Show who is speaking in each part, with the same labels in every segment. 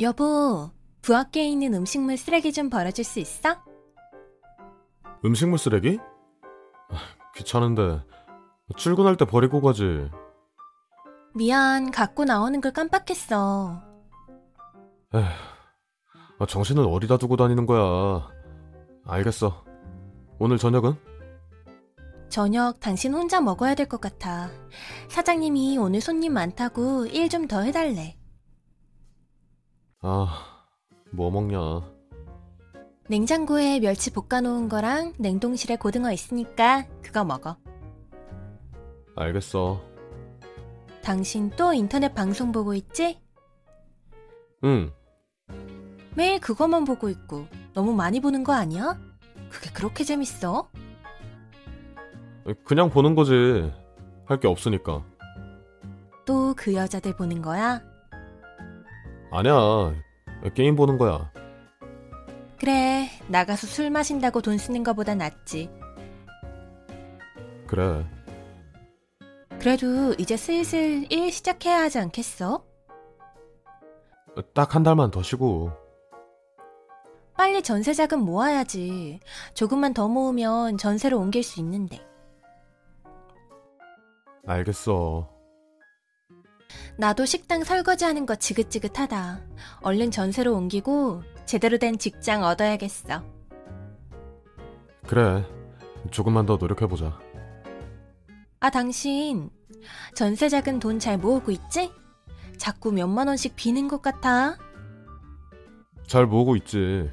Speaker 1: 여보, 부엌에 있는 음식물 쓰레기 좀 버려줄 수 있어?
Speaker 2: 음식물 쓰레기? 아, 귀찮은데 출근할 때 버리고 가지.
Speaker 1: 미안, 갖고 나오는 걸 깜빡했어.
Speaker 2: 아, 정신은 어디다 두고 다니는 거야. 알겠어. 오늘 저녁은?
Speaker 1: 저녁 당신 혼자 먹어야 될 것 같아. 사장님이 오늘 손님 많다고 일 좀 더 해달래.
Speaker 2: 아, 뭐 먹냐?
Speaker 1: 냉장고에 멸치 볶아놓은 거랑 냉동실에 고등어 있으니까 그거 먹어.
Speaker 2: 알겠어.
Speaker 1: 당신 또 인터넷 방송 보고 있지?
Speaker 2: 응,
Speaker 1: 매일 그것만 보고 있고 너무 많이 보는 거 아니야? 그게 그렇게 재밌어?
Speaker 2: 그냥 보는 거지. 할 게 없으니까.
Speaker 1: 또 그 여자들 보는 거야?
Speaker 2: 아니야, 게임 보는 거야.
Speaker 1: 그래, 나가서 술 마신다고 돈 쓰는 거보다 낫지.
Speaker 2: 그래.
Speaker 1: 그래도 이제 슬슬 일 시작해야 하지 않겠어?
Speaker 2: 딱 한 달만 더 쉬고.
Speaker 1: 빨리 전세자금 모아야지. 조금만 더 모으면 전세로 옮길 수 있는데.
Speaker 2: 알겠어.
Speaker 1: 나도 식당 설거지하는 거 지긋지긋하다. 얼른 전세로 옮기고 제대로 된 직장 얻어야겠어.
Speaker 2: 그래. 조금만 더 노력해보자.
Speaker 1: 아, 당신 전세자금 돈 잘 모으고 있지? 자꾸 몇만 원씩 비는 것 같아.
Speaker 2: 잘 모으고 있지.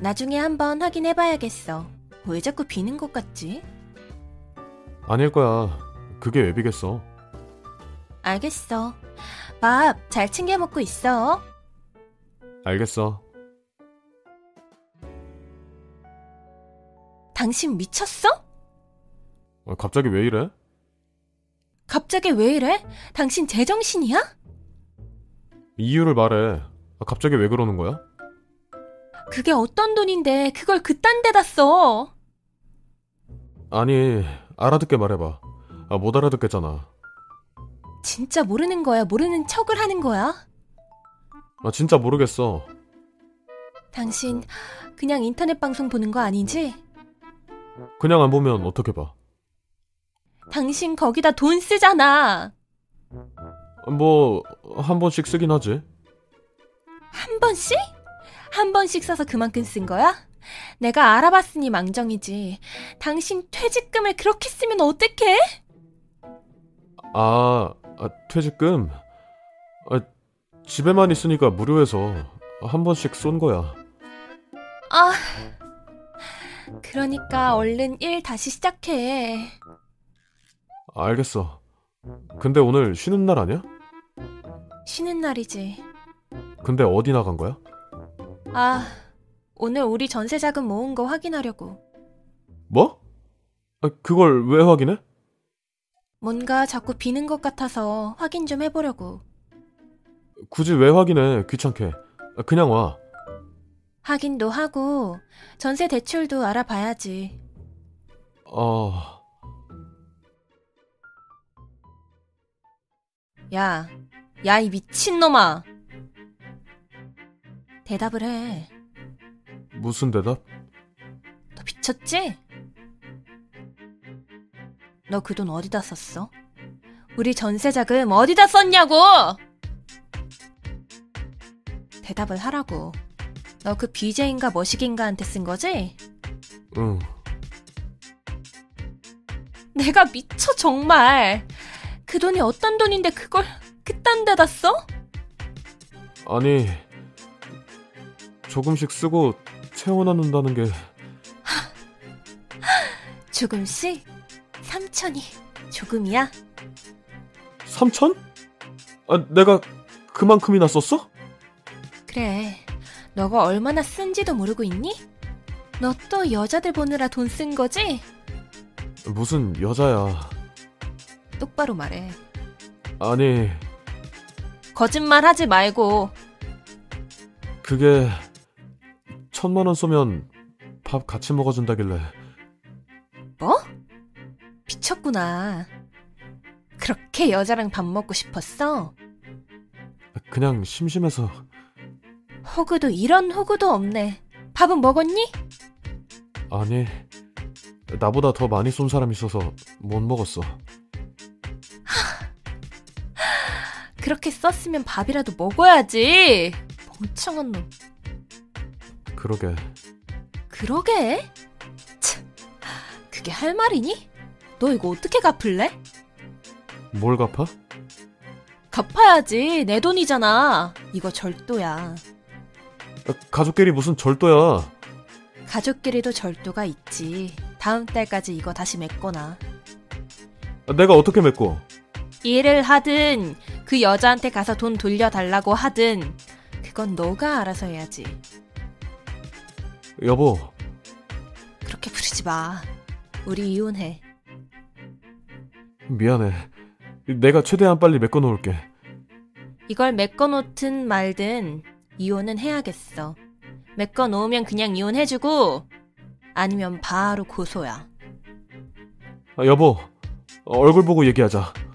Speaker 1: 나중에 한번 확인해봐야겠어. 왜 자꾸 비는 것 같지?
Speaker 2: 아닐 거야. 그게 왜 비겠어?
Speaker 1: 알겠어. 밥 잘 챙겨 먹고 있어.
Speaker 2: 알겠어.
Speaker 1: 당신 미쳤어?
Speaker 2: 어, 갑자기 왜 이래?
Speaker 1: 갑자기 왜 이래? 당신 제정신이야?
Speaker 2: 이유를 말해. 아, 갑자기 왜 그러는 거야?
Speaker 1: 그게 어떤 돈인데 그걸 그딴 데다 써?
Speaker 2: 아니, 알아듣게 말해봐. 아, 못 알아듣겠잖아.
Speaker 1: 진짜 모르는 거야? 모르는 척을 하는 거야?
Speaker 2: 아, 진짜 모르겠어.
Speaker 1: 당신 그냥 인터넷 방송 보는 거 아니지?
Speaker 2: 그냥 안 보면 어떻게 봐.
Speaker 1: 당신 거기다 돈 쓰잖아.
Speaker 2: 아, 뭐, 한 번씩 쓰긴 하지.
Speaker 1: 한 번씩? 한 번씩 써서 그만큼 쓴 거야? 내가 알아봤으니 망정이지. 당신 퇴직금을 그렇게 쓰면 어떡해?
Speaker 2: 아, 아, 퇴직금? 아, 집에만 있으니까 무료해서 한 번씩 쏜 거야.
Speaker 1: 아, 그러니까 얼른 일 다시 시작해.
Speaker 2: 알겠어. 근데 오늘 쉬는 날 아니야?
Speaker 1: 쉬는 날이지.
Speaker 2: 근데 어디 나간 거야?
Speaker 1: 아, 오늘 우리 전세자금 모은 거 확인하려고.
Speaker 2: 뭐? 아, 그걸 왜 확인해?
Speaker 1: 뭔가 자꾸 비는 것 같아서 확인 좀 해보려고.
Speaker 2: 굳이 왜 확인해? 귀찮게. 아, 그냥 와.
Speaker 1: 확인도 하고, 전세 대출도 알아봐야지.
Speaker 2: 아,
Speaker 1: 야, 야, 이 미친놈아! 대답을 해.
Speaker 2: 무슨 대답?
Speaker 1: 너 미쳤지? 너 그 돈 어디다 썼어? 우리 전세자금 어디다 썼냐고! 대답을 하라고. 너 그 BJ인가 머시기인가한테 쓴 거지?
Speaker 2: 응.
Speaker 1: 내가 미쳐 정말. 그 돈이 어떤 돈인데 그걸 그딴 데다 써?
Speaker 2: 아니, 조금씩 쓰고 채워넣는다는 게
Speaker 1: 조금씩? 삼천이 조금이야?
Speaker 2: 3천? 아, 내가 그만큼이나 썼어?
Speaker 1: 그래. 너가 얼마나 쓴지도 모르고 있니? 너 또 여자들 보느라 돈 쓴 거지?
Speaker 2: 무슨 여자야.
Speaker 1: 똑바로 말해.
Speaker 2: 아니,
Speaker 1: 거짓말 하지 말고.
Speaker 2: 그게 천만 원 쏘면 밥 같이 먹어준다길래
Speaker 1: 뭐? 미쳤구나. 그렇게 여자랑 밥 먹고 싶었어?
Speaker 2: 그냥 심심해서
Speaker 1: 호구도 이런 호구도 없네. 밥은 먹었니?
Speaker 2: 아니 나보다 더 많이 쏜 사람 있어서 못 먹었어.
Speaker 1: 그렇게 썼으면 밥이라도 먹어야지. 멍청한 놈.
Speaker 2: 그러게
Speaker 1: 그러게. 참, 그게 할 말이니? 너 이거 어떻게 갚을래?
Speaker 2: 뭘 갚아?
Speaker 1: 갚아야지. 내 돈이잖아. 이거 절도야.
Speaker 2: 가족끼리 무슨 절도야?
Speaker 1: 가족끼리도 절도가 있지. 다음 달까지 이거 다시 메꿔놔.
Speaker 2: 내가 어떻게 맺고?
Speaker 1: 일을 하든 그 여자한테 가서 돈 돌려달라고 하든 그건 너가 알아서 해야지.
Speaker 2: 여보
Speaker 1: 그렇게 부르지 마. 우리 이혼해.
Speaker 2: 미안해. 내가 최대한 빨리 메꿔 놓을게.
Speaker 1: 이걸 메꿔놓든 말든 이혼은 해야겠어. 메꿔놓으면 그냥 이혼해주고 아니면 바로 고소야.
Speaker 2: 아, 여보 얼굴 보고 얘기하자.